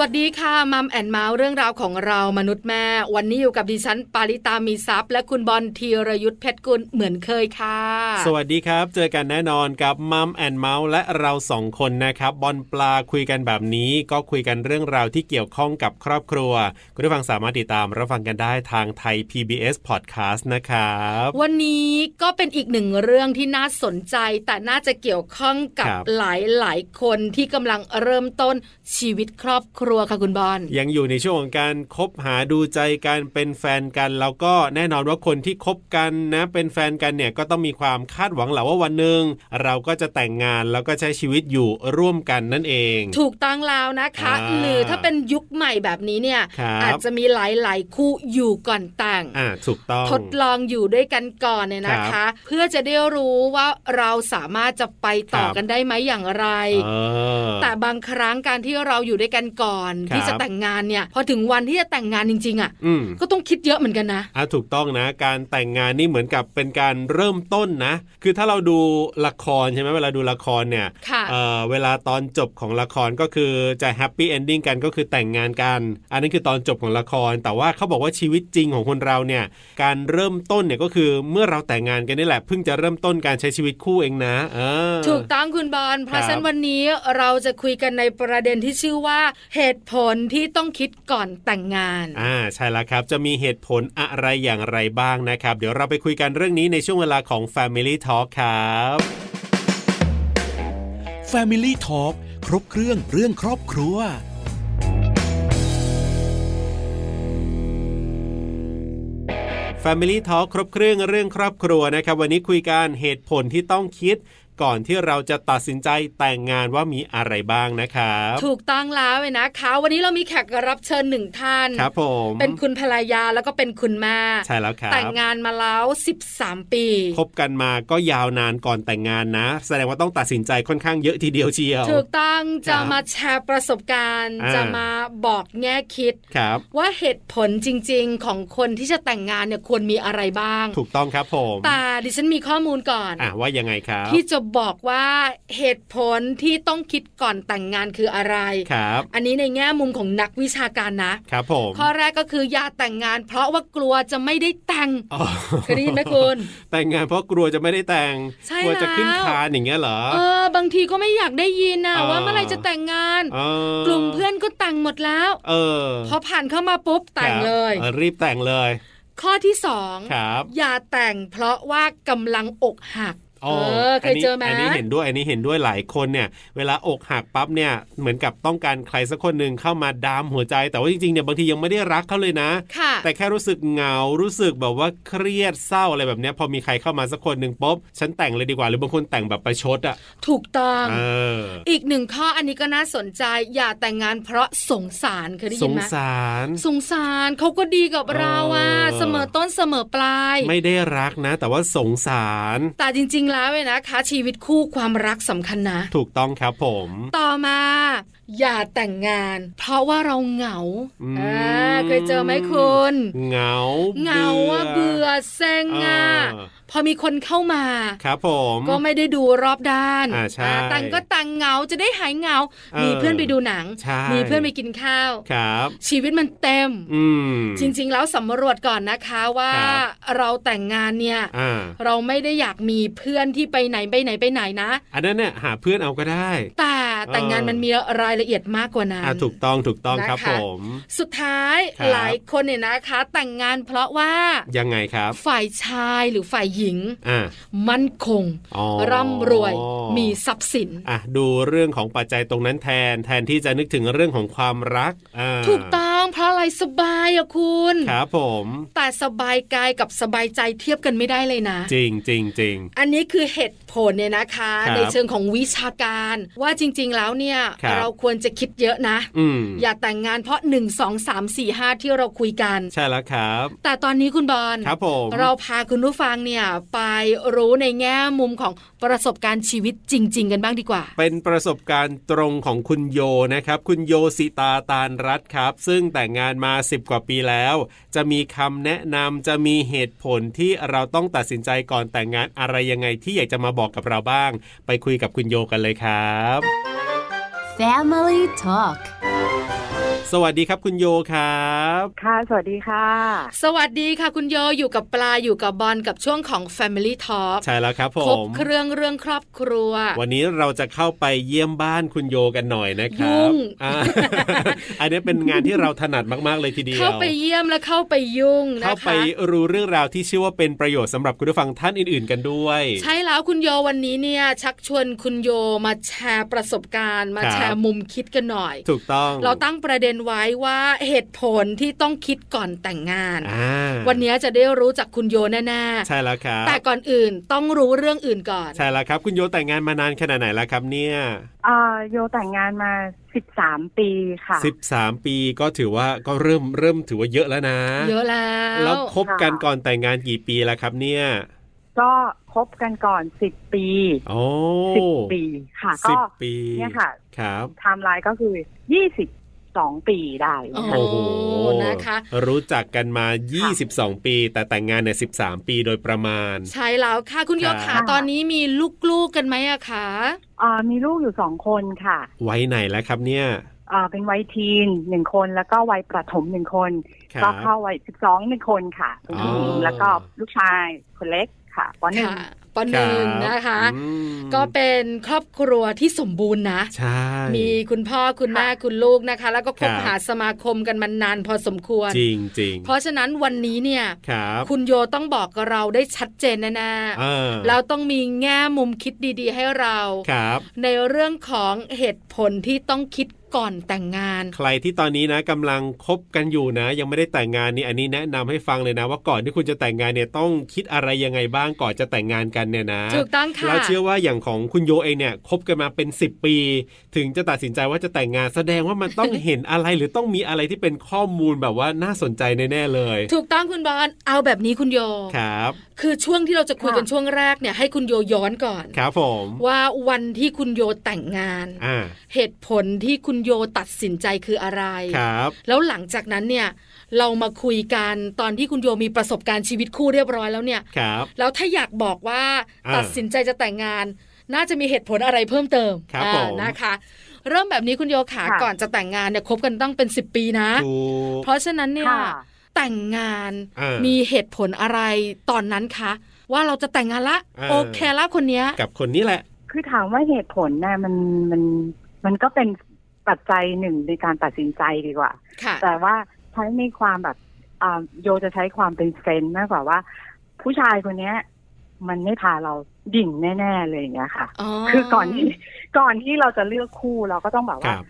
สวัสดีค่ะมัมแอนเมาส์เรื่องราวของเรามนุษย์แม่ วันนี้อยู่กับดิฉันปาริตามีซัพย์และคุณบอลธีรยุทธเพชรกุลเหมือนเคยค่ะ สวัสดีครับ เจอกันแน่นอนกับมัมแอนเมาส์และเราสองคนนะครับ บอลปลาคุยกันแบบนี้ ก็คุยกันเรื่องราวที่เกี่ยวข้องกับครอบครัว คุณผู้ฟังสามารถติดตามรับฟังกันได้ทางไทย PBS Podcast นะครับ วันนี้ก็เป็นอีกหนึ่งเรื่องที่น่าสนใจ แต่น่าจะเกี่ยวข้องกับ ครับ หลายหลายๆคนที่กำลังเริ่มต้นชีวิตครอบครัวค่ะคุณบอล ยังอยู่ในช่วงของการคบหาดูใจกันเป็นแฟนกัน แล้วก็แน่นอนว่าคนที่คบกันนะเป็นแฟนกันเนี่ยก็ต้องมีความคาดหวังแหละว่าวันหนึ่งเราก็จะแต่งงานแล้วก็ใช้ชีวิตอยู่ร่วมกันนั่นเอง ถูกต้องแล้วนะคะ อ่า หรือถ้าเป็นยุคใหม่แบบนี้เนี่ย ครับ อาจจะมีหลายหลายๆคู่อยู่ก่อนแต่ง อ่าถูกต้อง ทดลองอยู่ด้วยกันก่อนเนี่ยนะ ครั คะ บ เพื่อจะได้รู้ว่าเราสามารถจะไปต่อ ครับ กันได้ไหมอย่างไร เออ แต่บางครั้งการที่เราอยู่ด้วยกันก่อน ครับ ที่จะแต่งงานเนี่ย พอถึงวันที่จะแต่งงานจริง ๆ อ่ะ อืม ก็ต้องคิดเยอะเหมือนกันนะ อ่ะถูกต้องนะ การแต่งงานนี่เหมือนกับเป็นการเริ่มต้นนะ คือถ้าเราดูละครใช่ไหมเวลาดูละครเนี่ย ค่ะ เอ่อเวลาตอนจบของละครก็คือจะแฮปปี้เอนดิ้งกันก็คือแต่งงานกัน อันนั้นคือตอนจบของละคร แต่ว่าเขาบอกว่าชีวิตจริงของคนเราเนี่ย การเริ่มต้นเนี่ยก็คือเมื่อเราแต่งงานกันนี่แหละเพิ่งจะเริ่มต้นการใช้ชีวิตคู่เองนะเออ ถูกต้องคุณบอลเพราะ ครับ ฉะนั้นวันนี้เราจะคุยกันในประเด็นที่ชื่อว่า เหตุผลที่ต้องคิดก่อนแต่งงาน อ่าใช่แล้วครับ จะมีเหตุผลอะไรอย่างไรบ้างนะครับ เดี๋ยวเราไปคุยกันเรื่องนี้ในช่วงเวลาของ Family Talk ครับ Family Talk ครบเครื่องเรื่องครอบครัว f a m i l y ่ทอครบเครื่องเรื่องครอบครัวนะครับ วันนี้คุยกันเหตุผลที่ต้องคิด ก่อนที่เราจะตัดสินใจแต่งงานว่ามีอะไรบ้างนะครับ ถูกต้องแล้วเลยนะคะ วันนี้เรามีแขกรับเชิญหนึ่งท่าน ครับผม เป็นคุณภรรยาแล้วก็เป็นคุณแม่ ใช่แล้วครับ แต่งงานมาแล้ว 13 ปี คบกันมาก็ยาวนานก่อนแต่งงานนะ แสดงว่าต้องตัดสินใจค่อนข้างเยอะทีเดียวเชียว ถูกต้อง ครั จะ บ มาแชร์ประสบการณ์ อ่า จะมาบอกแง่คิด ครับ ว่าเหตุผลจริงๆ ของคนที่จะแต่งงานเนี่ยควรมีอะไรบ้าง ถูกต้องครับผม แต่ดิฉันมีข้อมูลก่อน อ่ะว่ายังไงครับ ที่จะบอกว่าเหตุผลที่ต้องคิดก่อนแต่งงานคืออะไร ครับ อันนี้ในแง่มุมของนักวิชาการนะ ครับผม ข้อแรกก็คืออย่าแต่งงาน เพราะว่ากลัวจะไม่ได้แต่ง อ๋อ เคยได้ยินไหมคุณ แต่งงานเพราะกลัวจะไม่ได้แต่ง ใช่ กลัวจะขึ้น แล้ว คานอย่างเงี้ยเหรอ เออบางทีก็ไม่อยากได้ยินนะ เออ ว่าเมื่อไหรจะแต่งงาน เออก ลุ่มเพื่อนก็แต่งหมดแล้ว เออ พอผ่านเข้ามาปุ๊บแต่งเลย ครับออรีบแต่งเลย ข้อที่สอง ครับ อย่าแต่งเพราะว่ากำลังอกหัก เออเคยเจอไหม นนี้นนี้เห็นด้วย อันนี้เห็นด้วยหลายคนเนี่ย เวลาอกหักปั๊บเนี่ย เหมือนกับต้องการใครสักคนหนึ่งเข้ามาดามหัวใจ แต่ว่าจริงๆเนี่ยบางทียังไม่ได้รักเขาเลยนะ ค่ะ แต่แค่รู้สึกเหงา รู้สึกแบบว่าเครียดเศร้าอะไรแบบเนี้ยพอมีใครเข้ามาสักคนหนึ่งปุ๊บ ฉันแต่งเลยดีกว่า หรือบางคนแต่งแบบประชดอ่ะ ถูกต้อง เออ อีกหนึ่งข้ออันนี้ก็น่าสนใจ อย่าแต่งงานเพราะสงสารเคยได้ ส ยิน ง ไหม สาร สงสารเขาก็ดีกับเราอะ เออ เสมอต้นเสมอปลาย ไม่ได้รักนะ แต่ว่าสงสาร แต่จริง ๆ แล้วเนี่ยนะคะ ชีวิตคู่ความรักสำคัญนะ ถูกต้องครับผม ต่อมา อย่าแต่งงาน เพราะว่าเราเหงา อืม อ่าเคยเจอไหมคุณ เหงา เหงาอะเบื่อเซ็งอะ เออ พอมีคนเข้ามา ครับผม ก็ไม่ได้ดูรอบด้าน อ่าใช่ อ่าแต่งก็แต่งเหงาจะได้หายเหงา เออ มีเพื่อนไปดูหนัง ใช่ มีเพื่อนไปกินข้าว ครับ ชีวิตมันเต็ม อืม จริง ๆ แล้วสำรวจก่อนนะคะว่า ครับ เราแต่งงานเนี่ย อ่า เราไม่ได้อยากมีเพื่อนที่ไปไหนไปไหนไปไหนนะ อันนั้นเนี่ยหาเพื่อนเอาก็ได้ แต่แต่งงานมันมีรายละเอียดมากกว่านั้น อ่ะถูกต้องถูกต้องครับ นะคะ ผม สุดท้าย ครับ หลายคนเนี่ยนะคะ แต่งงานเพราะว่า ยังไงครับ ฝ่ายชายหรือฝ่ายหญิง อ่ะ มั่นคง อ๋อ ร่ำรวยมีทรัพย์สิน อ่ะดูเรื่องของปัจจัยตรงนั้นแทน แทนที่จะนึกถึงเรื่องของความรักอ่า ถูกต้องเพราะอะไรสบายอะคุณ ครับผม แต่สบายกายกับสบายใจเทียบกันไม่ได้เลยนะ จริงจริงจริง อันนี้คือเหตุผลเนี่ยนะคะ ครับ ในเชิงของวิชาการ ว่าจริง ๆ แล้วเนี่ย ครับ เราควรจะคิดเยอะนะ อืม อย่าแต่งงานเพราะ 1 2 3 4 5 ที่เราคุยกัน ใช่แล้วครับ แต่ตอนนี้คุณบอล ครับผม เราพาคุณผู้ฟังเนี่ยไปรู้ในแง่มุมของประสบการณ์ชีวิตจริง ๆ กันบ้างดีกว่า เป็นประสบการณ์ตรงของคุณโยนะครับ คุณโยสิตาตาลรัตน์ครับ ซึ่งแ แต่งงานมา 10 กว่าปีแล้ว จะมีคำแนะนำจะมีเหตุผลที่เราต้องตัดสินใจก่อนแต่งงานอะไรยังไงที่อยากจะมาบอกกับเราบ้าง ไปคุยกับคุณโยกันเลยครับ Family Talk สวัสดีครับคุณโยครับ ค่ะ สวัสดีค่ะ สวัสดีค่ะ คุณโยอยู่กับปลาอยู่กับบอลกับช่วงของ Family Talk ใช่แล้วครับผ ครบ ม เครื่องเรื่องครอบครัว วันนี้เราจะเข้าไปเยี่ยมบ้านคุณโยกันหน่อยนะค ยุ่ รับ ง อ่า อันนี้เป็นงานที่เราถนัดมากๆเลยทีเดียว เข้าไปเยี่ยมและเข้าไปยุ่ง เข้า นะ ไป คะ รู้เรื่องราวที่เชื่อว่าเป็นประโยชน์สำหรับคุณผู้ฟังท่านอื่นๆกันด้วย ใช่แล้วคุณโยวันนี้เนี่ย ชักชวนคุณโยมาแชร์ประสบการณ์ มา ครับ แชร์มุมคิดกันหน่อย ถูกต้อง เราตั้งประเด็นไว้ว่าเหตุผลที่ต้องคิดก่อนแต่งงาน อ่า วันนี้จะได้รู้จากคุณโยแน่ ใช่แล้วครับ ๆแต่ก่อนอื่นต้องรู้เรื่องอื่นก่อน ใช่แล้วครับคุณโยแต่งงานมานานขนาดไหนแล้วครับเนี่ย อ่าโยแต่งงานมา 13 ปีค่ะ 13 ปีก็ถือว่าก็เริ่มเริ่มถือว่าเยอะแล้วนะ เยอะแล้ว แล้วคบกันก่อนแต่งงานกี่ปีแล้วครับเนี่ย ก็คบกันก่อน 10 ปี โอ้ 10 ปีค่ะ สิ ก็ บปี เนี่ยค่ะ ครับ ไทม์ไลน์ก็คือ 22 ปีได้ อ๋อ ค่ะ โอ้โห นะคะ รู้จักกันมา 22 ปี แต่แต่งงานเนี่ย13 ปีโดยประมาณ ใช่แล้วค่ะคุณโย ครับ ขาตอนนี้มีลูกๆกันไหมอะคะ อ่ามีลูกอยู่สองคนค่ะ ไว้ไหนแล้วครับเนี่ย อ่าเป็นวัยทีนหนึ่งคน แล้วก็วัยประถมหนึ่งคน ครั ก็ บ เข้าวัย 12หนึ่งคนค่ะเป็นผู้หญิอ๋งอ แล้วก็ลูกชายคนเล็กค่ะปหนึ่ง ค่ะปหนึ่ง รับ นะคะ อืม ก็เป็นครอบครัวที่สมบูรณ์นะ ใช่ มีคุณพ่อคุณแม่ ค่ะ คุณลูกนะคะ แล้วก็คบ ครับ หาสมาคมกันมานานพอสมควร จริงจริง เพราะฉะนั้นวันนี้เนี่ย ครับ คุณโยต้องบอกกับเราได้ชัดเจนแน่ อ่า ๆแล้วต้องมีแง่มุมคิดดีๆ ให้เรา ครับ ในเรื่องของเหตุผลที่ต้องคิดก่อนแต่งงาน ใครที่ตอนนี้นะกำลังคบกันอยู่นะ ยังไม่ได้แต่งงานนี่อันนี้แนะนำให้ฟังเลยนะ ว่าก่อนที่คุณจะแต่งงานเนี่ยต้องคิดอะไรยังไงบ้างก่อนจะแต่งงานกันเนี่ยนะ ถูกต้องค่ะ แล้วเชื่อว่าอย่างของคุณโยเองเนี่ยคบกันมาเป็น 10 ปี ถึงจะตัดสินใจว่าจะแต่งงานแสดงว่ามันต้อง เห็นอะไรหรือต้องมีอะไรที่เป็นข้อมูลแบบว่าน่าสนใจแน่ๆเลย ถูกต้องคุณบอลเอาแบบนี้คุณโย ครับ คือช่วงที่เราจะคุยกัน ค่ะ ช่วงแรกเนี่ยให้คุณโยย้อนก่อน ครับผม ว่าวันที่คุณโยแต่งงาน อ่า เหตุผลที่คุณโยตัดสินใจคืออะไร ครับ แล้วหลังจากนั้นเนี่ยเรามาคุยกันตอนที่คุณโยมีประสบการณ์ชีวิตคู่เรียบร้อยแล้วเนี่ย ครับ แล้วถ้าอยากบอกว่า อ่า ตัดสินใจจะแต่งงาน น่าจะมีเหตุผลอะไรเพิ่มเติม ครับ อ่า ผม นะคะ เริ่มแบบนี้คุณโยขา ค่ะ ก่อนจะแต่งงานเนี่ยคบกันต้องเป็น 10 ปีนะ ถูก เพราะฉะนั้นเนี่ย ค่ะ แต่งงาน อ่ามี มีเหตุผลอะไรตอนนั้นคะ ว่าเราจะแต่งงานละ อ่า โอเคละคนเนี้ย กับคนนี้แหละ คือถามว่าเหตุผลนะมันมันมันก็เป็นปัจจัยหนึ่งในการตัดสินใจดีกว่า ค่ะ แต่ว่าใช้ในความแบบอ่าโยจะใช้ความเป็นเซนส์มากกว่าว่า ผู้ชายคนเนี้ย มันไม่พาเราดิ่งแน่ๆเลยอย่างเงี้ยค่ะ คือก่อนที่ก่อนที่เราจะเลือกคู่เราก็ต้องแบบ ค ว่า รับ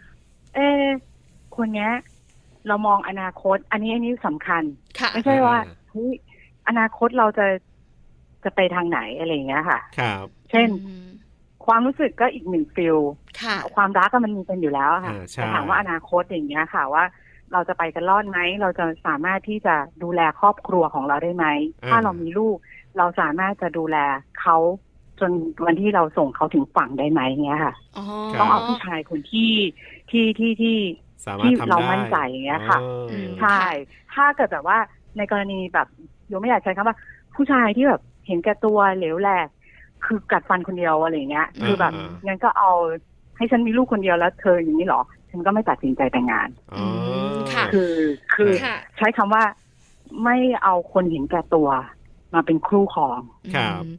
เออคนเนี้ย เรามองอนาคต อันนี้อันนี้สำคัญ ค่ะ ไม่ใช่ว่า อ่า เฮ้ยอนาคตเราจะจะไปทางไหนอะไรอย่างเงี้ยค่ะ ครับ เช่น ความรู้สึกก็อีกหนึ่งฟิล ค่ะ ความรักก็มันมีกันอยู่แล้วอะค่ะ อ่าใช่ แต่ถามว่าอนาคตอย่างเงี้ยค่ะว่า เราจะไปกันรอดไหมเราจะสามารถที่จะดูแลครอบครัวของเราได้ไหมถ้าเรามีลูก เราสามารถจะดูแลเขาจนวันที่เราส่งเขาถึงฝั่งได้ไหมเงี้ยค่ะ อ๋อ ครับ ต้องเอาผู้ชายคนที่ที่ที่ที่ สามารถทำได้ ที่เรามั่นใจอย่างเงี้ยค่ะ อ๋ออ ม ใช่ ถ้าเกิดแบบว่าในกรณีแบบโยมไม่อยากใช้คำว่า ผู้ชายที่แบบเห็นแก่ตัวเหลวแหลกคือกัดฟันคนเดียวอะไรอย่างเงี้ย คือแบบ อ่า งั้นก็เอาให้ฉันมีลูกคนเดียวแล้วเธออย่างนี้เหรอ ฉันก็ไม่ตัดสินใจแต่งงาน อ๋อ ค่ะ คือคือ ค่ะ ใช้คำว่าไม่เอาคนเห็นแก่ตัว มาเป็นคู่ครอง ครับ อืม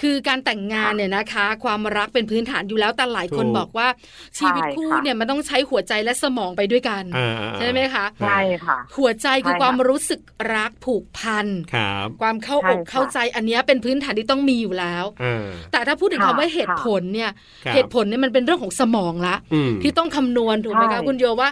คือการแต่งงานเนี่ยนะคะ ความรักเป็นพื้นฐานอยู่แล้วแต่หลายคน ถูก บอกว่าชีวิตคู่ ใช่ค่ะ เนี่ยมันต้องใช้หัวใจและสมองไปด้วยกัน อ่าอ่าอ่า ใช่ไหมคะ รับ ใช่ค่ะ หัวใจคือ ใช่ค่ะ ความรู้สึกรักผูกพัน ครับ ความเข้า ใช่ อก ค่ะ เข้าใจอันเนี้ยเป็นพื้นฐานที่ต้องมีอยู่แล้ว อ่า แต่ถ้าพูดถึง ค่ะ คำว่าเหตุผลเนี่ย ครับ เหตุผลเนี่ยมันเป็นเรื่องของสมองละ อืม ที่ต้องคำนวณถูกไหม ใช่ คะคุณโยว่า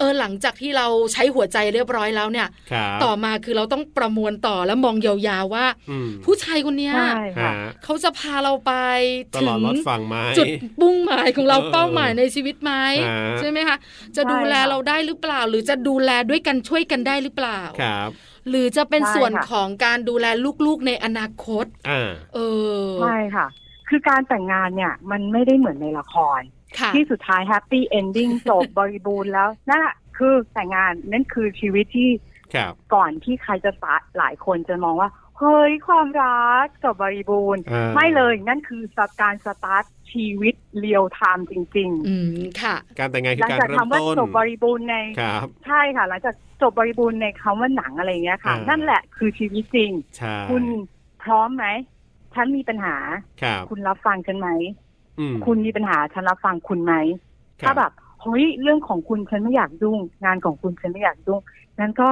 เออหลังจากที่เราใช้หัวใจเรียบร้อยแล้วเนี่ย ครับ ต่อมาคือเราต้องประมวลต่อและมองยาวๆว่า อืม ผู้ชายคนเนี้ย ใช่ค่ะ ฮะ เขาจะพาเราไป ต ถึ ลอด ง รถฟังไหม จุดบุ้งหมายของเรา เออ เป้าหมายในชีวิตไหม ฮะ ใช่ไหมคะจะ ใช่ ดูแล ค่ะ เราได้หรือเปล่า หรือจะดูแลด้วยกันช่วยกันได้หรือเปล่า ครับ หรือจะเป็น ใช่ ส่วน ค่ะ ของการดูแลลูกๆในอนาคต อ่า เออ ใช่ค่ะ คือการแต่งงานเนี่ย มันไม่ได้เหมือนในละคร ค่ะ ที่สุดท้ายแฮปปี้เอนดิ้งจบบริบูรณ์แล้วนั่นแหละ คือแต่งงานนั่นคือชีวิตที่ ครับ ก่อนที่ใครจะสะหลายคนจะมองว่า เฮ้ยความรักจบบริบูรณ์ อ่า ไม่เลยนั่นคือสการสตาร์ทชีวิตเรียลไทม์จริง อืมค่ะ การแต่งงาน ๆ คื หลั อการ จาก เริ่ม คำว่า ต้น จบบริบูรณ์ใน ครับ ใช่ค่ะ หลังจากจบบริบูรณ์ในคำว่าหนังอะไรอย่างเงี้ยค่ะ อ่านั่ นั่นแหละคือชีวิตจริง ใช่ คุณพร้อมไหม ฉันมีปัญหา ครับ คุณรับฟังฉันไหม อืม คุณมีปัญหาฉันรับฟังคุณไหม รั ถ้าแบบเฮ้ยเรื่องของคุณฉันไม่อยากยุ่ง งานของคุณฉันไม่อยากยุ่งนั้นก็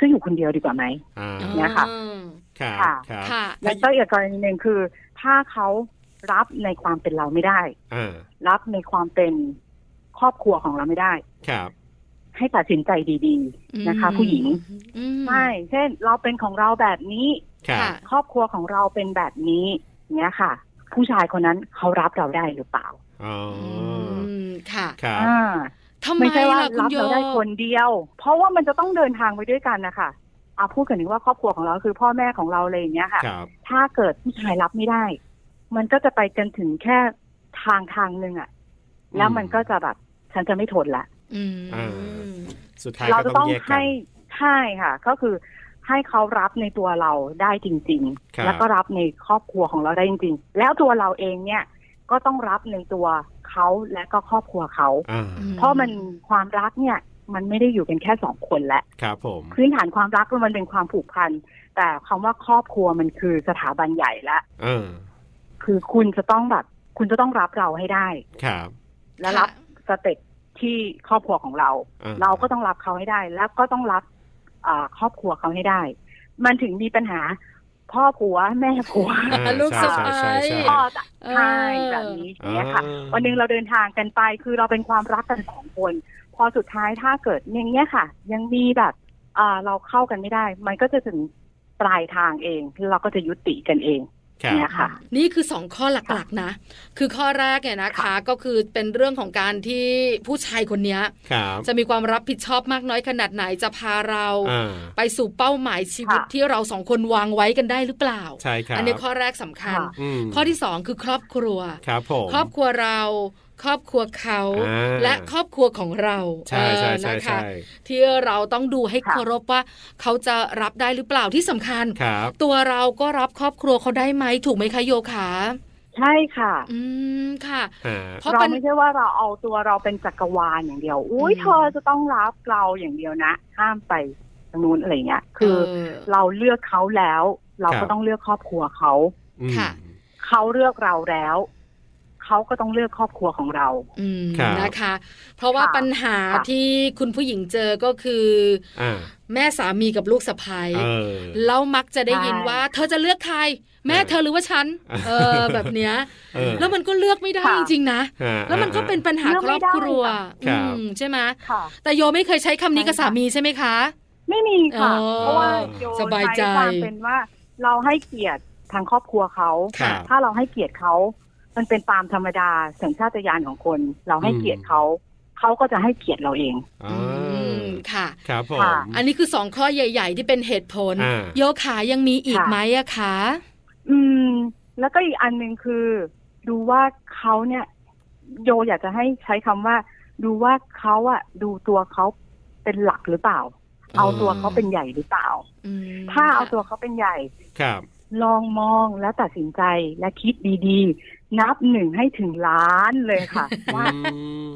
ก็อยู่คนเดียวดีกว่าไหม อ่า เนี่ยค่ะ อืม ครับ ค่ะ ครับ ค่ะ แล้วก็อีกกรณีหนึ่งคือ ถ้าเขารับในความเป็นเราไม่ได้ อ่า รับในความเป็นครอบครัวของเราไม่ได้ ครับ ให้ตัดสินใจดีๆนะคะ ผู้หญิง อืม ใช่เช่น เราเป็นของเราแบบนี้ ครับ ค่ะ ครอบครัวของเราเป็นแบบนี้เนี้ยค่ะ ผู้ชายคนนั้นเขารับเราได้หรือเปล่า อ๋ออ มค่ะ ครับ อ่า ทำไม ไม่ใช่ว่า ล่ะคุณ รับ โย เราได้คนเดียว เพราะว่ามันจะต้องเดินทางไปด้วยกันนะคะอ่ะพูดกันถึงว่าครอบครัวของเราคือพ่อแม่ของเราอะไรอย่างเงี้ยค่ะ ครับ ถ้าเกิดผู้ชายรับไม่ได้ มันก็จะไปกันถึงแค่ทางทางหนึ่งอะแล้วมันก็จะแบบฉันจะไม่ทนละ อืม สุดท้าย เรา ก็ จะ ต้ ต้ อ อง ง แยกกัน ให้ใช่ค่ะ ก็คือให้เขารับในตัวเราได้จริง ครับ ๆ แล้วก็รับในครอบครัวของเราได้จริง ๆ แล้วตัวเราเองเนี่ยก็ต้องรับในตัวเขาและก็ครอบครัวเขา อ่า เพราะมันความรักเนี่ย มันไม่ได้อยู่เป็นแค่สองคนและ ครับผม พื้นฐานความรักมันเป็นความผูกพัน แต่คำว่าครอบครัวมันคือสถาบันใหญ่ละ อ่า คือคุณจะต้องแบบ คุณจะต้องรับเราให้ได้ ครับ และ ค่ะ รับสเต็ปที่ครอบครัวของเรา อ่ เราก็ต้องรับเขาให้ได้ แล้วก็ต้องรับอ่าครอบครัวเขาให้ได้ มันถึงมีปัญหา พ่อผัวแม่ผัว อ่า ลูกสะใภ้ใช่ใช่ใช่ พ่อจะ เออ ใช่แบบนี้อย่างเนี่ยค่ะ วันหนึ่งเราเดินทางกันไปคือเราเป็นความรักกันสองคน พอสุดท้ายถ้าเกิดอย่างเงี้ยค่ะ ยังมีแบบอ่าเราเข้ากันไม่ได้ มันก็จะถึงปลายทางเองที่เราก็จะยุติกันเอง ครับ เนี่ยค่ะ นี่คือสองข้อหลักๆนะ คือข้อแรกเนี่ยนะคะ ก็คือเป็นเรื่องของการที่ผู้ชายคนเนี้ย ครับ จะมีความรับผิดชอบมากน้อยขนาดไหนจะพาเรา อ่า ไปสู่เป้าหมายชีวิต ค่ะ ที่เราสองคนวางไว้กันได้หรือเปล่า ใช่ครับ อันนี้ข้อแรกสำคัญ ม ข้อที่สองคือครอบครัว ครับผม ครอบครัวเรา ครอบครัวเขา อ่า และครอบครัวของเรา ใช่ใช่ใช่ เออนะคะ ใช่ ที่เราต้องดูให้เคารพว่า เขาจะรับได้หรือเปล่าที่สำคัญ ครับ ตัวเราก็รับครอบครัวเขาได้ไหมถูกไหมคะโยขา ใช่ค่ะ อืมค่ะ อ่า เพราะ เรา เป็น ไม่ใช่ว่าเราเอาตัวเราเป็นจักรวาลอย่างเดียว อุ้ย อืม เธอจะต้องรับเราอย่างเดียวนะห้ามไปทางนู้นอะไรเงี้ยคือ เออ เราเลือกเขาแล้ว เรา ครั ก็ บ ต้องเลือกครอบครัวเขา อืม ค่ะ เขาเลือกเราแล้วเขาก็ต้องเลือกครอบครัวของเรา อืม ครับ นะคะ เพราะว่า ค่ะ ปัญหา ค่ะ ที่คุณผู้หญิงเจอก็คือ อ่า แม่สามีกับลูกสะพ้ย เออ แล้วมักจะได้ ใช่ ยินว่า เธอจะเลือกใคร แม่ เออ เธอหรือว่าฉัน เออ เออแบบเนี้ย เออ แล้วมันก็เลือกไม่ได้ ค่ะ จริงๆนะ อ่า แล้วมันก็ อ่า เป็นปัญหา เลือครอกไม่บ ได้ ครัว ครั อื บ มใช่ไหม ค่ะ แต่โยไม่เคยใช้คำนี้กับสามีใช่ไหมคะ ไม่มีค่ะ อ๋อ เพราะว่าโย สบายใจ ใช้ความเป็นว่าเราให้เกียรติทางครอบครัวเขา ครับ ถ้าเราให้เกียรติเขา มันเป็นตามธรรมดาสัญชาตญาณของคน เราให้เกียรติเขา เขาก็จะให้เกียรติเราเอง อ่า อืมค่ะ ครับผม ค่ะ อันนี้คือสองข้อใหญ่ ๆ ที่เป็นเหตุผล อ่า โยขายังมีอีก ค่ะ ไหมอะคะ อืม แล้วก็อีกอันหนึ่งคือ ดูว่าเขาเนี่ย โยอยากจะให้ใช้คำว่า ดูว่าเขาอะดูตัวเขาเป็นหลักหรือเปล่า เอาตัวเขาเป็นใหญ่หรือเปล่า อืม ถ้าเอา ค่ะ ตัวเขาเป็นใหญ่ ครับ ลองมองและตัดสินใจและคิดดีๆ นับหนึ่งให้ถึงล้านเลยค่ะ ว่า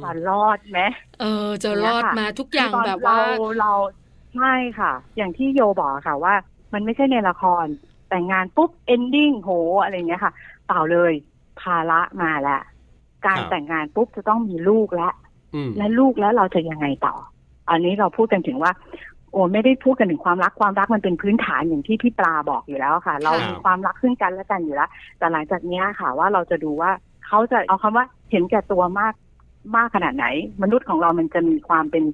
จะรอดไหม เออจะรอด เนี่ยค่ะ มาทุกอย่าง ตน แบบว่า เราเราใช่ค่ะ อย่างที่โยบอกอะค่ะว่า มันไม่ใช่ในละคร แต่งงานปุ๊บเอนดิ้งโหอะไรอย่างเงี้ยค่ะ เปล่าเลยภาระมาแล้วการ ครับ แต่งงานปุ๊บจะต้องมีลูกแล้ว อืม และลูกแล้วเราจะยังไงต่อ อันนี้เราพูดกันถึงว่า โอ้ไม่ได้พูดกันถึงความรักความรักมันเป็นพื้นฐานอย่างที่พี่ปลาบอกอยู่แล้วค่ะ เรามีความรักซึ่งกันและกันอยู่แล้ว แต่หลังจากเนี้ยค่ะ ว่าเราจะดูว่าเขาจะเอาคำว่าเห็นแก่ตัวมากมากขนาดไหน มนุษย์ของเรามันจะมีความเป็น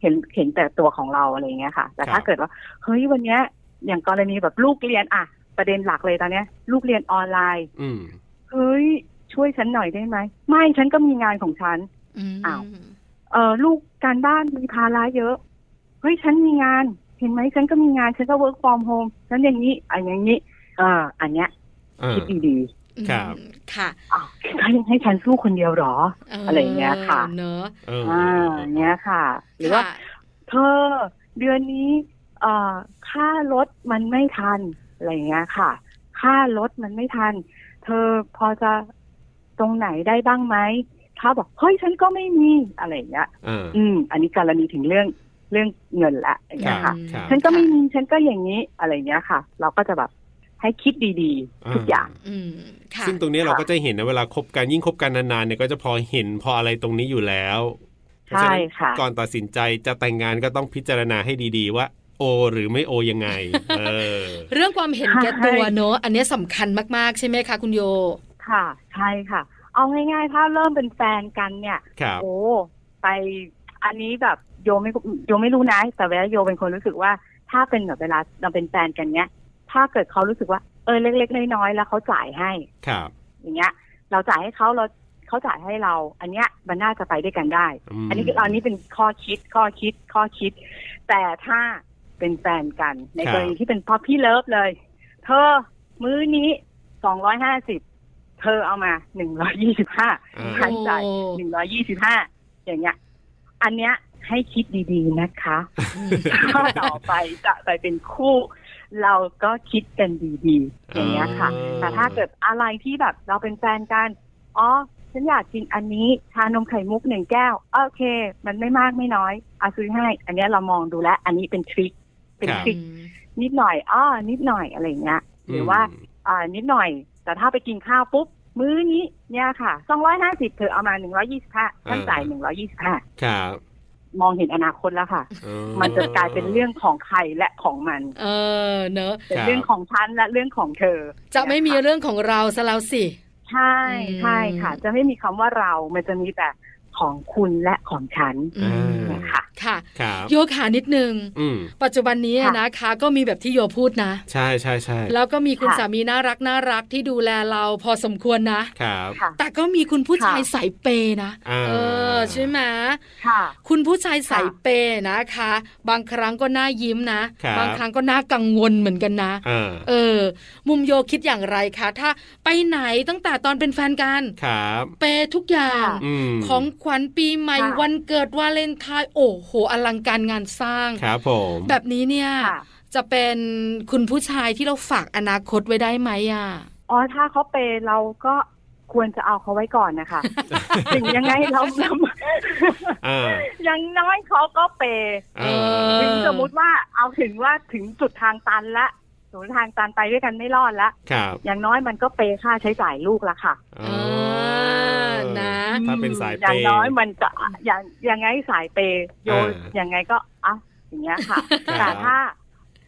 เห็นเห็นแต่ตัวของเราอะไรอย่างเงี้ยค่ะ แต่ถ้าเกิดว่าเฮ้ยวันเนี้ย อย่างกรณีแบบลูกเรียนอะประเด็นหลักเลยตอนเนี้ย ลูกเรียนออนไลน์ อืม เฮ้ยช่วยฉันหน่อยได้ไหมไม่ฉันก็มีงานของฉัน ม อ้าว เออลูกการบ้านมีภาระเยอะ เฮ้ย ฉันมีงาน เห็นไหมฉันก็มีงาน ฉันก็ work from home ฉันอย่างนี้อันอย่างนี้ เอออันเนี้ย อ่า คิดดี ครับ อืมค่ะ ๆอ้าวให้ให้ฉันสู้คนเดียวเหรอ เ อะไรอย่างเงี้ยค่ะ เนอะ เออ อ่า อ่า เนี้ยค่ะ หรือว่า ค่ะ เธอเดือนนี้เอ่อค่ารถมันไม่ทันอะไรอย่างเงี้ยค่ะ ค่ารถมันไม่ทัน เธอพอจะตรงไหนได้บ้างไหมเขาบอกเฮ้ยฉันก็ไม่มีอะไรอย่างเงี้ย อ่า อืม อันนี้กรณีถึงเรื่องเรื่องเงินละอย่างเงี้ยค่ะ ครับ ฉันก็ไม่มีฉันก็อย่างนี้อะไรอย่างเงี้ยค่ะ เราก็จะแบบให้คิดดีๆ ทุกอย่าง อืมค่ะ ซึ่งตรงนี้เราก็จะเห็นนะเวลาคบกันยิ่งคบกันนานๆเนี่ยก็จะพอเห็นพออะไรตรงนี้อยู่แล้ว ใช่ค่ะ เพราฉนั้นก่อนตัดสินใจจะแต่งงานก็ต้องพิจารณาให้ดีๆว่า โอหรือไม่โอยังไง เออ เรื่องความเห็นแก่ตัวเนอะอันเนี้ยสำคัญมากๆ ใช่ไหมคะคุณโย ค่ะ ใช่ค่ะ เอาง่ายๆ ถ้าเริ่มเป็นแฟนกันเนี่ย ครับ โอ้ ไป อันนี้แบบโยไม่โยไม่รู้นะ แต่เวลาโยเป็นคนรู้สึกว่า ถ้าเป็นแบบเวลาเราเป็นแฟนกันเนี้ย ถ้าเกิดเขารู้สึกว่า เออเล็กๆ น้อยๆ แล้วเขาจ่ายให้ ครับ อย่างเงี้ย เราจ่ายให้เขาเราเขาจ่ายให้เรา อันเนี้ยมันน่าจะไปด้วยกันได้ ม อันนี้คืออันนี้เป็นข้อคิดข้อคิดข้อคิด แต่ถ้าเป็นแฟนกัน ในกรณีที่เป็นพ่อพี่เลิฟเลย เธอมื้อนี้สองร้อยห้าสิบเธอเอามาหนึ่งร้อยี่สิบห้า อ่า ฉันจ่าย โอ้ หนึ่งร้อยี่สิบห้าอย่างเงี้ย อันเนี้ยให้คิดดีๆนะคะ ข้อต่อไปจะไปเป็นคู่ เราก็คิดกันดีๆ อย่างเงี้ยค่ะ แต่ถ้าเกิดอะไรที่แบบเราเป็นแฟนกัน อ๋อ ฉันอยากกินอันนี้ ชานมไข่มุกหนึ่งแก้ว โอเค มันไม่มากไม่น้อยอาซื้อให้ อันเนี้ยเรามองดูแลวอันนี้เป็นทริค เป็นทริคนิดหน่อย อ้อ นิดหน่อยอะไรอย่างเงี้ย หรือว่า อ่า นิดหน่อย แต่ถ้าไปกินข้าวปุ๊บ มื้อนี้เนี่ยค่ะสองร้อยห้าสิบเธอเอามาหนึ่งร้อยี่สิบห้าท่านจ่ายหนึ่งร้อยี่สิบห้า ครับ มองเห็นอนาคตแล้วค่ะ เออ มันจะกลายเป็นเรื่องของใครและของมัน เออเนอะ เป็น ครับ เรื่องของฉันและเรื่องของเธอ จะไม่มี นค เรื่องของเราซะแล้วสิ ใช่ใช่ค่ะ อืม จะไม่มีคำว่าเรา มันจะมีแต่ของคุณและของฉัน อืม อ่า นะคะ ค่ะ ครับ โยขานิดนึง อืม ปัจจุบันนี้ ค่ะ นะคะ ก็มีแบบที่โยพูดนะ ใช่ใช่ใช่ แล้วก็มีคุณ ค่ะ สามีน่ารักน่ารักที่ดูแลเราพอสมควรนะ ครับ ค่ะ แต่ก็มีคุณผู้ชาย ค่ะ สายเปย์นะ า เออใช่ไหม ค่ะ คุณผู้ชายสายเปย์นะคะ บางครั้งก็น่ายิ้มนะ ครับ บางครั้งก็น่ากังวลเหมือนกันนะ อ่า เออ มุมโยคิดอย่างไรคะ ถ้าไปไหนตั้งแต่ตอนเป็นแฟนกัน ครับ เปย์ทุกอย่าง ค่ะ อืม ของขวัญปีใหม่ ค่ะ วันเกิดวาเลนไทน์โอ้โหอลังการงานสร้าง ครับผม แบบนี้เนี่ย ค่ะ จะเป็นคุณผู้ชายที่เราฝากอนาคตไว้ได้ไหมอ่ะ อ๋อถ้าเขาเปย์เราก็ควรจะเอาเขาไว้ก่อนนะคะ ถึงยังไงเราเรา อ่า ยังน้ อยเขาก็เปย์ เอ เอ อ อ ถึงสมมติว่าเอาถึงว่าถึงจุดทางตันละถึงทางตันไปด้วยกันไม่รอดละ ครับ อย่างน้อยมันก็เปย์ค่าใช้จ่ายลูกละค่ะ อ๋อ อนะ ถ้าเป็นสายเป อย่าง ย์ น้อยมันจะอย่างยังไงสายเปย์โยน อ่า ยังไงก็อ่ะอย่างเงี้ยค่ะ ครับ แต่ถ้า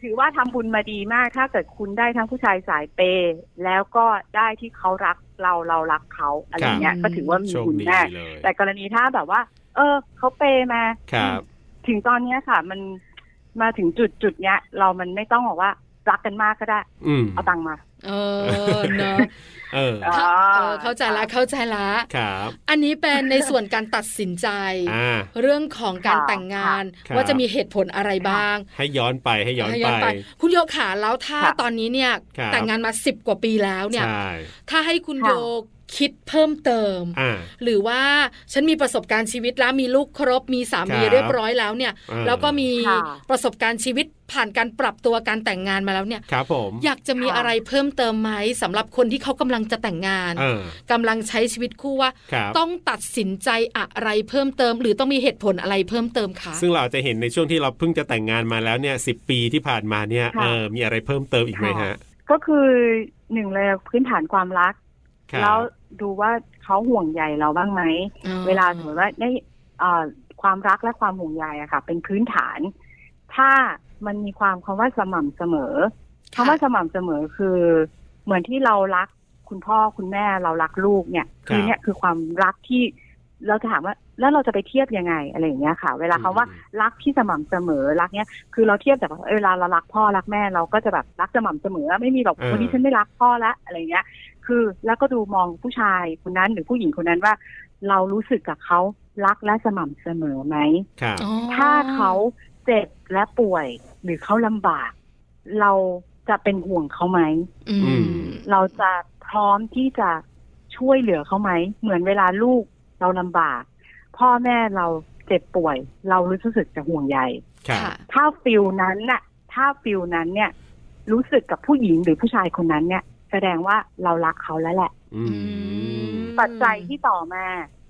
ถือว่าทำบุญมาดีมาก ถ้าเกิดคุณได้ทั้งผู้ชายสายเปย์แล้วก็ได้ที่เขารักเราเรารักเขาอะไร ครับ เงี้ย ก็ถือว่ามี โชค บุญ ดี มาก เลย แต่กรณีถ้าแบบว่า เออเขาเปย์มา ครับ ถึงตอนเนี้ยค่ะ มันมาถึงจุดจุดเนี้ย เรามันไม่ต้องบอกว่ารักกันมากก็ได้ อืม เอาตังค์มา เออเนอะ เออ อ๋อ เออเข้าใจละเข้าใจละ ครับ อันนี้เป็นในส่วนการตัดสินใจ อ่า เรื่องของการ ค่ะ แต่งงาน ครับ ว่าจะมีเหตุผลอะไรบ้าง ให้ย้อนไปให้ย้อน ให้ ไป คุณโยขาแล้วถ้า ค่ะ ตอนนี้เนี่ย ครับ แต่งงานมาสิบกว่าปีแล้วเนี่ย ใช่ ถ้าให้คุณ ค่ะ โยคิดเพิ่มเติม อ่า หรือว่าฉันมีประสบการณ์ชีวิตแล้วมีลูกครบมีสามี ครับ เรียบร้อยแล้วเนี่ย เออ แล้วก็มี ค่ะ ประสบการณ์ชีวิตผ่านการปรับตัวการแต่งงานมาแล้วเนี่ย ครับผม อยากจะมี ค่ะ อะไรเพิ่มเติมไหมสำหรับคนที่เขากำลังจะแต่งงาน เออก ำลังใช้ชีวิตคู่ว่า ครับ ต้องตัดสินใจอะไรเพิ่มเติม หรือต้องมีเหตุผลอะไรเพิ่มเติมคะ ซึ่งเราอาจจะเห็นในช่วงที่เราเพิ่งจะแต่งงานมาแล้วเนี่ยสิปีที่ผ่านมาเนี่ย ค่ะ เออมีอะไรเพิ่มเติมอีกไหมฮะ ก็คือหนึ่งเลยพื้นฐานความรัก ครับ แล้วดูว่าเขาห่วงใยเราบ้างไหม อ๋อ เวลาสมมติว่าได้เอ่อความรักและความห่วงใยอะค่ะ เป็นพื้นฐาน ถ้ามันมีความคำว่าสม่ำเสมอคำว่าสม่ำเสมอคือ เหมือนที่เรารักคุณพ่อคุณแม่เรารักลูกเนี่ย ครับ เนี่ยคือความรักที่เราจะถามว่าแล้วเราจะไปเทียบยังไงอะไรอย่างเงี้ยค่ะ เวลาคำว่ารักที่สม่ำเสมอรักเนี่ยคือเราเทียบจากว่าเออเวลาเรารักพ่อรักแม่เราก็จะแบบรักสม่ำเสมอไม่มีแบบวันนี้ฉันไม่รักพ่อละอะไรอย่างเงี้ย คือแล้วก็ดูมองผู้ชายคนนั้นหรือผู้หญิงคนนั้นว่า เรารู้สึกกับเขารักและสม่ำเสมอไหม ครับ อ๋อ ถ้าเขาเจ็บและป่วยหรือเขาลำบาก เราจะเป็นห่วงเขาไหม อืม เราจะพร้อมที่จะช่วยเหลือเขาไหม เหมือนเวลาลูกเราลำบาก พ่อแม่เรา เจ็บป่วย เรารู้สึกจะห่วงใย ครับ ค่ะ ถ้าฟิลนั้นน่ะ ถ้าฟิลนั้นเนี่ย รู้สึกกับผู้หญิงหรือผู้ชายคนนั้นเนี่ย แสดงว่าเรารักเขาแล้วแหละ อื อืมมปัจจัยที่ต่อมา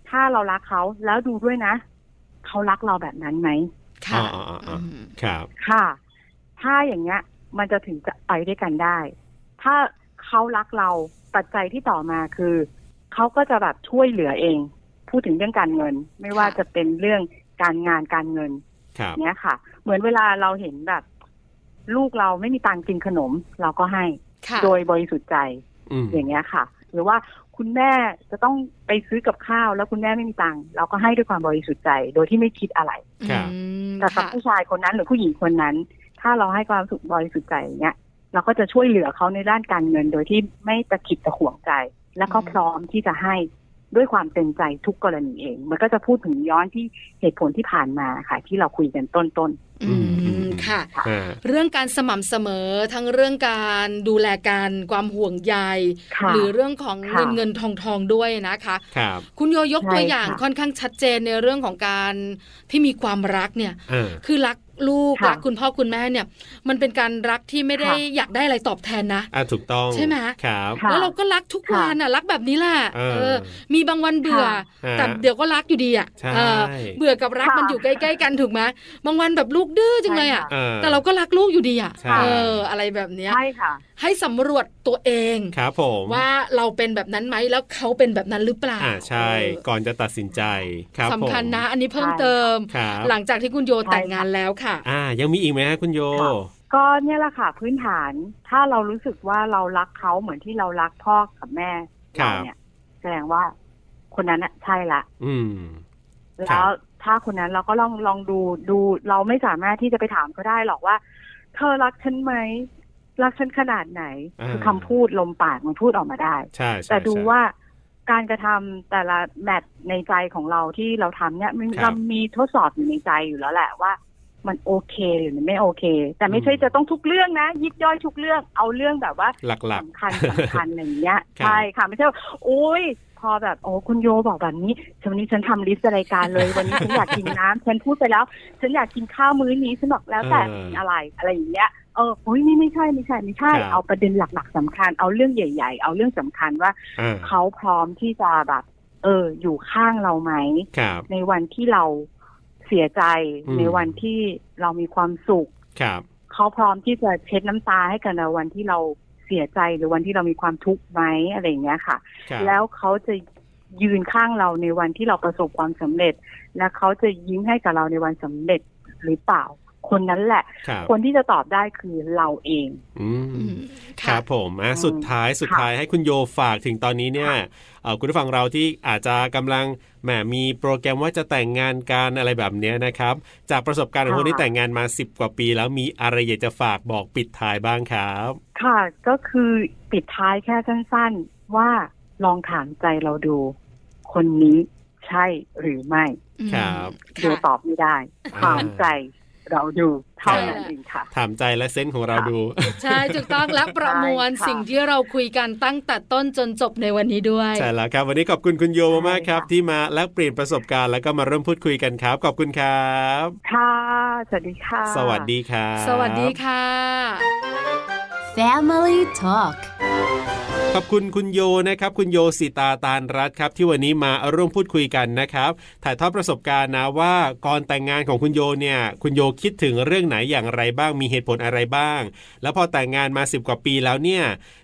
ถ้าเรารักเขาแล้วดูด้วยนะ เขารักเราแบบนั้นไหม ค่ะอืม ครับ ค่ะ ถ้าอย่างเงี้ย มันจะถึงจะไปด้วยกันได้ ถ้าเขารักเราปัจจัยที่ต่อมาคือ เขาก็จะแบบช่วยเหลือเอง พูดถึงเรื่องการเงิน ไม่ว่าจะเป็นเรื่องการงานการเงิน ครับ เนี้ยค่ะ เหมือนเวลาเราเห็นแบบ ลูกเราไม่มีตังค์กินขนม เราก็ให้ ค่ะ โดยบริสุทธิ์ใจ อืม อย่างเงี้ยค่ะ หรือว่าคุณแม่จะต้องไปซื้อกับข้าว แล้วคุณแม่ไม่มีตังค์เราก็ให้ด้วยความบริสุทธิ์ใจ โดยที่ไม่คิดอะไร ครับ อืม แต่กับ ค่ะ ผู้ชายคนนั้นหรือผู้หญิงคนนั้น ถ้าเราให้ความสุขบริสุทธิ์ใจอย่างเงี้ยเราก็จะช่วยเหลือเขาในด้านการเงิน โดยที่ไม่ตะขิดตะห่วงใจ และก็ อืม พร้อมที่จะให้ด้วยความเต็มใจทุกกรณีเอง มันก็จะพูดถึงย้อนที่เหตุผลที่ผ่านมาค่ะ ที่เราคุยกันต้นต้น อืมค่ะ อ่า เรื่องการสม่ำเสมอทั้งเรื่องการดูแลกันความห่วงใย ๆค่ะ หรือเรื่องของ ค่ะ เงินเงินทองทองด้วยนะคะ ครับ คุณโยยก ใช่ ตัวอย่าง ค่ะ ค่อนข้างชัดเจนในเรื่องของการที่มีความรักเนี่ย อ่า คือรักลูก ค่ะ รักคุณพ่อคุณแม่เนี่ย มันเป็นการรักที่ไม่ได้ ค่ะ อยากได้อะไรตอบแทนนะ อ่าถูกต้อง ใช่ไหม ครับ ค่ะ แล้วเราก็รักทุก ค่ะ วันอ่ะรักแบบนี้แหละ เออ มีบางวันเบื่อ ค่ะ แต่เดี๋ยวก็รักอยู่ดีอ่ะ ใช่ เออเบื่อกับรัก ค่ะ มันอยู่ใกล้ๆกันถูกไหมบางวันแบบลูกดื้อจังเลยอ่ะ ใช่ค่ะ อ่า แต่เราก็รักลูกอยู่ดีอ่ะ ใช่ เออ อะไรแบบเนี้ย ใช่ค่ะ ให้สำรวจตัวเอง ครับผม ว่าเราเป็นแบบนั้นไหมแล้วเขาเป็นแบบนั้นหรือเปล่า อ่าใช่ เออ ก่อนจะตัดสินใจครับผม สำคัญนะ อันนี้เพิ่ม ใช่ เติม ครับ หลังจากที่คุณโย ใช่ แต่งงานแล้วค่ะ อ่า ยังมีอีกไหมฮะคุณโย ค่ะ ก็เนี่ยแหละค่ะ พื้นฐานถ้าเรารู้สึกว่าเรารักเขาเหมือนที่เรารักพ่อกับแม่ ครั เรา บ เนี่ย แสดงว่าคนนั้นน่ะใช่ละ อืม ครั แล้ว บ ถ้าคนนั้นเราก็ลองลองดูดู เราไม่สามารถที่จะไปถามเขาได้หรอกว่า เธอรักฉันไหมรักฉันขนาดไหน คือคำพูดลมปากมันพูดออกมาได้ ใช่ใช่ แต่ดู ใช่ ว่าการกระทำแต่ละแมทในใจของเราที่เราทำเนี่ยมัน ครั เรา บ มีทดสอบอยู่ในใจอยู่แล้วแหละว่า มันโอเคหรือมันไม่โอเค แต่ไม่ใช่ อืม จะต้องทุกเรื่องนะ ยิบย่อยทุกเรื่องเอาเรื่องแบบว่า หลัก สำคัญสำคัญอะไรอย่างเงี้ย ครับ ใช่ค่ะไม่ใช่ว่าโอ้ยพอแบบโอ้คุณโยบอกแบบนี้วันนี้ฉันทำลิสต์รายการ เลยวันนี้ฉันอยากกินน้ำฉันพูดไปแล้ว ฉันอยากกินข้าวมื้อนี้ฉันบอกแล้วแต่กินอะไรอะไรอย่างเงี้ยเออโอ้ยนี่ไม่ใช่ไม่ใช่ไม่ใช่เอาประเด็นหลัก ๆสำคัญเอาเรื่องใหญ่ ๆ เอาเรื่องสำคัญว่า ๆอ่า เขาพร้อมที่จะแบบ เออ อยู่ข้างเราไหม ครับ ในวันที่เราเสียใจ อืม ในวันที่เรามีความสุข ครับ เขาพร้อมที่จะเช็ดน้ำตาให้กันในวันที่เราเสียใจหรือวันที่เรามีความทุกข์ไหมอะไรอย่างเงี้ยค่ะ ครับ แล้วเขาจะยืนข้างเราในวันที่เราประสบความสำเร็จ และเขาจะยิ้มให้กับเราในวันสำเร็จหรือเปล่า คนนั้นแหละ ครับ คนที่จะตอบได้คือเราเอง อื อื ม ม ครั ค่ะ บผมอ่ะสุดท้ายสุดท้ายให้คุณโยฝากถึงตอนนี้เนี่ยเอ่อคุณผู้ฟังเราที่อาจจะกำลังแหมมีโปรแกรมว่าจะแต่งงานกันอะไรแบบเนี้ยนะครับ จากประสบการณ์ของคน ค่ะ ที่แต่งงานมา 10 กว่าปี แล้วมีอะไรอยากจะฝากบอกปิดท้ายบ้างครับ ค่ะก็คือปิดท้ายแค่สั้นๆ ว่าลองถามใจเราดู คนนี้ใช่หรือไม่ ครับ โดยตอบไม่ได้ ถามใจเราดูเท่านั้นเองค่ะ ถามใจและเซนส์ของเราดู ใช่ถูกต้องและประมวล ใช่ค่ะ สิ่งที่เราคุยกันตั้งแต่ต้นจนจบในวันนี้ด้วย ใช่แล้วครับ วันนี้ขอบคุณคุณโยมากๆครับ ใช่ค่ะ ที่มาแลกเปลี่ยนประสบการณ์แล้วก็มาเริ่มพูดคุยกันครับ ขอบคุณครับ ค่ะ สวัสดีค่ะ สวัสดีครับ สวัสดีค่ะ Family Talk ขอบคุณคุณโยนะครับ คุณโยสิตาตาลรัตน์ครับ ที่วันนี้มาร่วมพูดคุยกันนะครับ ถ่ายทอดประสบการณ์นะว่าก่อนแต่งงานของคุณโยเนี่ย คุณโยคิดถึงเรื่องไหนอย่างไรบ้างมีเหตุผลอะไรบ้าง แล้วพอแต่งงานมา 10 กว่าปีแล้วเนี่ย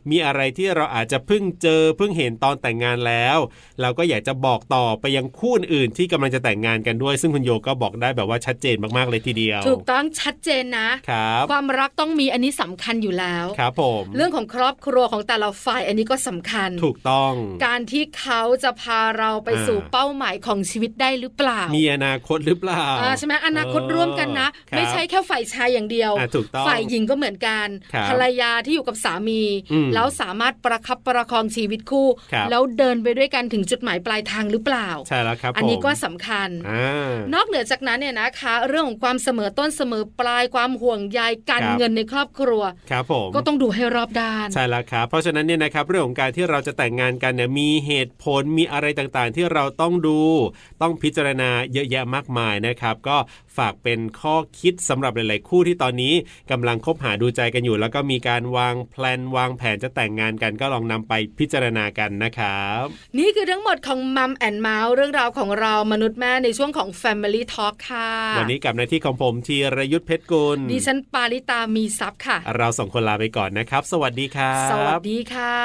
มีอะไรที่เราอาจจะเพิ่งเจอเพิ่งเห็นตอนแต่งงานแล้ว เราก็อยากจะบอกต่อไปยังคู่อื่นๆที่กำลังจะแต่งงานกันด้วย ซึ่งคุณโยก็บอกได้แบบว่าชัดเจนมากๆเลยทีเดียว ถูกต้องชัดเจนนะ ครับ ความรักต้องมีอันนี้สำคัญอยู่แล้ว ครับผม เรื่องของครอบครัวของแต่ละฝ่ายอันนี้ก็สำคัญ ถูกต้อง การที่เขาจะพาเราไปสู่ อ่า เป้าหมายของชีวิตได้หรือเปล่า มีอนาคตหรือเปล่า อ่าใช่ไหมอนาคตร่วมกันนะ ครับ ไม่ใช่แค่ฝ่ายชายอย่างเดียว อ่ะถูกต้อง ฝ่ายหญิงก็เหมือนกัน ครับ ภรรยาที่อยู่กับสามี อืม แล้วสามารถประคับประคองชีวิตคู่ ครับ แล้วเดินไปด้วยกันถึงจุดหมายปลายทางหรือเปล่า ใช่แล้วครับ อันนี้ก็ ผม สำคัญ อ่าน อกเหนือจากนั้นเนี่ยนะคะ เรื่องของความเสมอต้นเสมอปลายความห่วงใยการเงินในครอบครัว ครับผม ก็ต้องดูให้รอบด้าน ใช่แล้วครับ เพราะฉะนั้นเนี่ยนะครับ เรื่องของการที่เราจะแต่งงานกันเนี่ยมีเหตุผลมีอะไรต่างๆ ที่เราต้องดู ต้องพิจารณาเยอะแยะมากมายนะครับ ก็ฝากเป็นข้อคิดสำหรับหลาย ๆ คู่ที่ตอนนี้กำลังคบหาดูใจกันอยู่ แล้วก็มีการวางแพลนวางแผนจะแต่งงานกันก็ลองนำไปพิจารณากันนะครับ นี่คือทั้งหมดของมัมแอนเมาส์เรื่องราวของเรามนุษย์แม่ในช่วงของ Family Talk ค่ะ วันนี้กับหน้าที่ของผมธีรยุทธเพชรกุล ดิฉันปาริตามีซับค่ะ เราสองคนลาไปก่อนนะครับ สวัสดีครับ สวัสดีค่ะ